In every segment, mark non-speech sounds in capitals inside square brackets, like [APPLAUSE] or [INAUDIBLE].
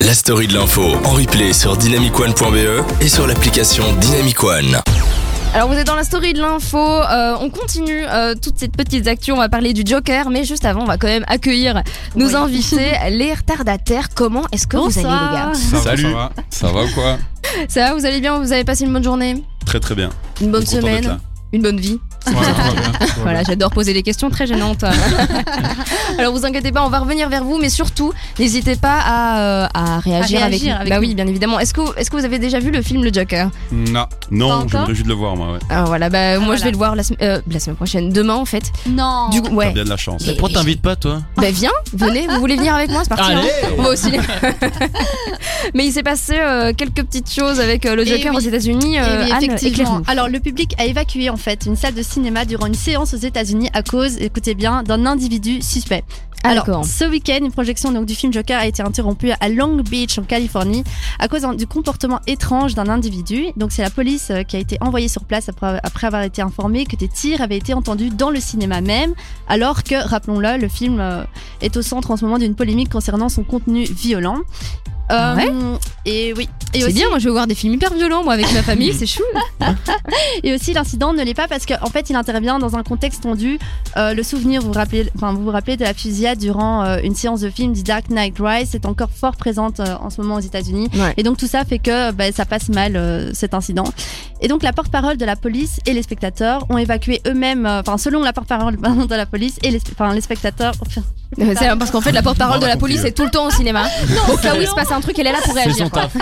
la story de l'info en replay sur dynamicone.be E et sur l'application Dynamicone. Alors vous êtes dans la story de l'info, euh, on continue euh, toutes ces petites actions, on va parler du Joker, mais juste avant on va quand même accueillir nos Oui. [LAUGHS] invités, les retardataires. Comment est-ce que vous allez Bonsoir. les gars Ça va, Salut. Ça [LAUGHS] va, ça va ou quoi Ça va, vous allez bien, vous avez passé une bonne journée, Très très bien. une bonne Content d'être semaine, là. une bonne vie Voilà, j'adore poser des questions très [LAUGHS] gênantes. [LAUGHS] Alors vous inquiétez pas, on va revenir vers vous, mais surtout n'hésitez pas à, euh, à réagir, À réagir avec Bah nous. oui, bien évidemment. Est-ce que, est que vous avez déjà vu le film Le Joker Non. Pas Non, encore j'aimerais juste le voir moi. Ouais. Alors voilà, bah moi Ah, voilà. je vais le voir la, sem- euh, la semaine prochaine, demain en fait. Non. Du coup, T'as ouais. Oh. bien de la chance. Et- Ouais, Pourquoi Pourquoi t'invites t'invites pas, toi Bah viens, venez, vous voulez venir avec moi, c'est parti. hein. Moi aussi. [LAUGHS] Mais il s'est passé euh, quelques petites choses avec euh, le Eh Joker oui. aux États-Unis. Eh oui, Euh, Anne, effectivement. éclaire-nous. Alors le public a évacué en fait une salle de cinéma durant une séance aux États-Unis à cause, écoutez bien, d'un individu suspect. Ah, d'accord. Alors, ce week-end, une projection donc, du film Joker a été interrompue à Long Beach, en Californie, à cause hein, du comportement étrange d'un individu. Donc, c'est la police euh, qui a été envoyée sur place après, après avoir été informée que des tirs avaient été entendus dans le cinéma même, alors que, rappelons-le, le film euh, est au centre en ce moment d'une polémique concernant son contenu violent. Euh, Ouais. Et oui. Et C'est aussi, bien, moi je vais voir des films hyper violents, moi avec ma famille, c'est chou. et aussi, l'incident ne l'est pas parce qu'en fait, il intervient dans un contexte tendu. Euh, le souvenir, vous vous rappelez, enfin, vous vous rappelez de la fusillade durant euh, une séance de film The Dark Knight Rise, est encore fort présente euh, en ce moment aux États-Unis. Ouais. Et donc, tout ça fait que bah, ça passe mal euh, cet incident. Et donc, la porte-parole de la police et les spectateurs ont évacué eux-mêmes, euh, enfin, selon la porte-parole [LAUGHS] pardon, de la police et les, enfin, les spectateurs. Euh, [LAUGHS] c'est- parce qu'en fait, la porte-parole On de la raconte police mieux. est tout le temps au [LAUGHS] cinéma. Au cas où il se passe un truc, elle est là pour bah, C'est réagir. son taf.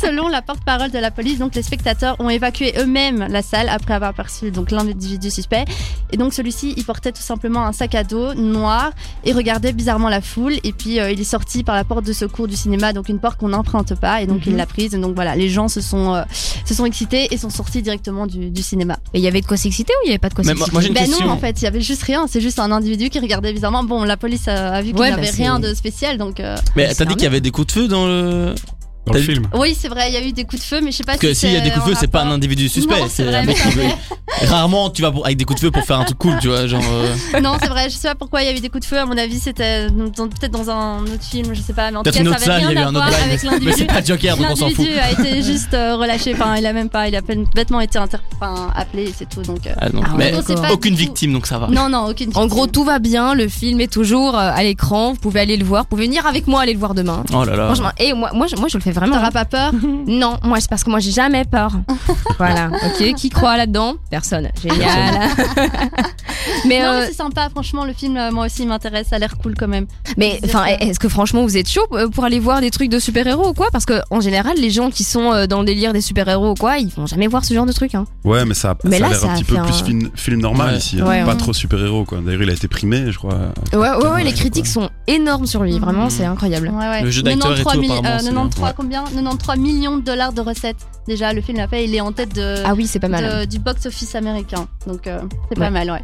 Selon la porte-parole de la police, donc les spectateurs ont évacué eux-mêmes la salle après avoir aperçu donc l'individu suspect. Et donc celui-ci, il portait tout simplement un sac à dos noir et regardait bizarrement la foule. Et puis euh, il est sorti par la porte de secours du cinéma, donc une porte qu'on n'emprunte pas. Et donc Mhm. il l'a prise. Et donc voilà, les gens se sont euh, se sont excités et sont sortis directement du, du cinéma. Et il y avait de quoi s'exciter ou il y avait pas de quoi Mais s'exciter moi, j'ai une Ben question. non, en fait, il y avait juste rien. C'est juste un individu qui regardait bizarrement. Bon, la police a, a vu qu'il Ouais, n'y bah, ben avait c'est- rien de spécial, donc. euh, Mais C'est t'as dit qu'il y avait des coups de feu dans le. Dans T'as le vu- film. Oui, c'est vrai. Il y a eu des coups de feu, mais je sais pas Parce que si s'il y a des coups de feu, en c'est pas un rapport. individu suspect. Non, c'est C'est un vrai, mec qui veut- Rarement tu vas pour- avec des coups de feu pour faire un truc cool, tu vois. Genre. euh, Non, c'est vrai, je sais pas pourquoi il y a eu des coups de feu. À mon avis, c'était euh, dans- peut-être dans un autre film, je sais pas. Mais en tout Peut-être cas, une ça autre avait salle, il rien y a eu à un autre voir bail. avec [LAUGHS] Mais l'individu. c'est pas Joker, donc on s'en fout. L'individu a été juste euh, relâché. Enfin, il a même pas, il a à peine bêtement été inter- enfin, appelé et c'est tout. Donc, euh, Ah non. Ah ouais, Mais non, c'est pas aucune du tout- victime, donc ça va. Non, non, aucune. En gros, tout va bien, le film est toujours euh, à l'écran, vous pouvez aller le voir, vous pouvez venir avec moi aller le voir demain. Oh là là. Franchement, et moi, moi, je, moi je le fais vraiment. T'auras pas peur [LAUGHS] Non, moi c'est parce que moi j'ai jamais [LAUGHS] peur. voilà, ok, qui croit là-dedans Personne. Génial. [LAUGHS] mais Non, euh, mais c'est sympa, franchement, le film, euh, moi aussi, il m'intéresse, ça a l'air cool quand même. mais enfin, est-ce que franchement vous êtes chaud pour aller voir des trucs de super-héros ou quoi Parce que en général, les gens qui sont euh, dans le délire des super-héros ou quoi, ils vont jamais voir ce genre de truc. Hein. Ouais, mais ça, Mais ça là, a l'air ça a un petit fait peu un- plus film, film normal Ouais. ici. hein. Ouais, pas ouais. trop super héros quoi. D'ailleurs, il a été primé, je crois. Ouais, ouais, ouais, les Dommage, critiques sont énormes sur lui. Vraiment, Mm. Mhm. c'est incroyable. Ouais, ouais. Le jeu d'acteur et 93, tout, mi- apparemment, euh, c'est- 93 ouais. combien 93 millions de dollars de recettes. Déjà, le film l'a fait, il est en tête de, Ah oui, c'est pas mal. de- du box-office américain. Donc, euh, c'est Ouais. pas mal, ouais.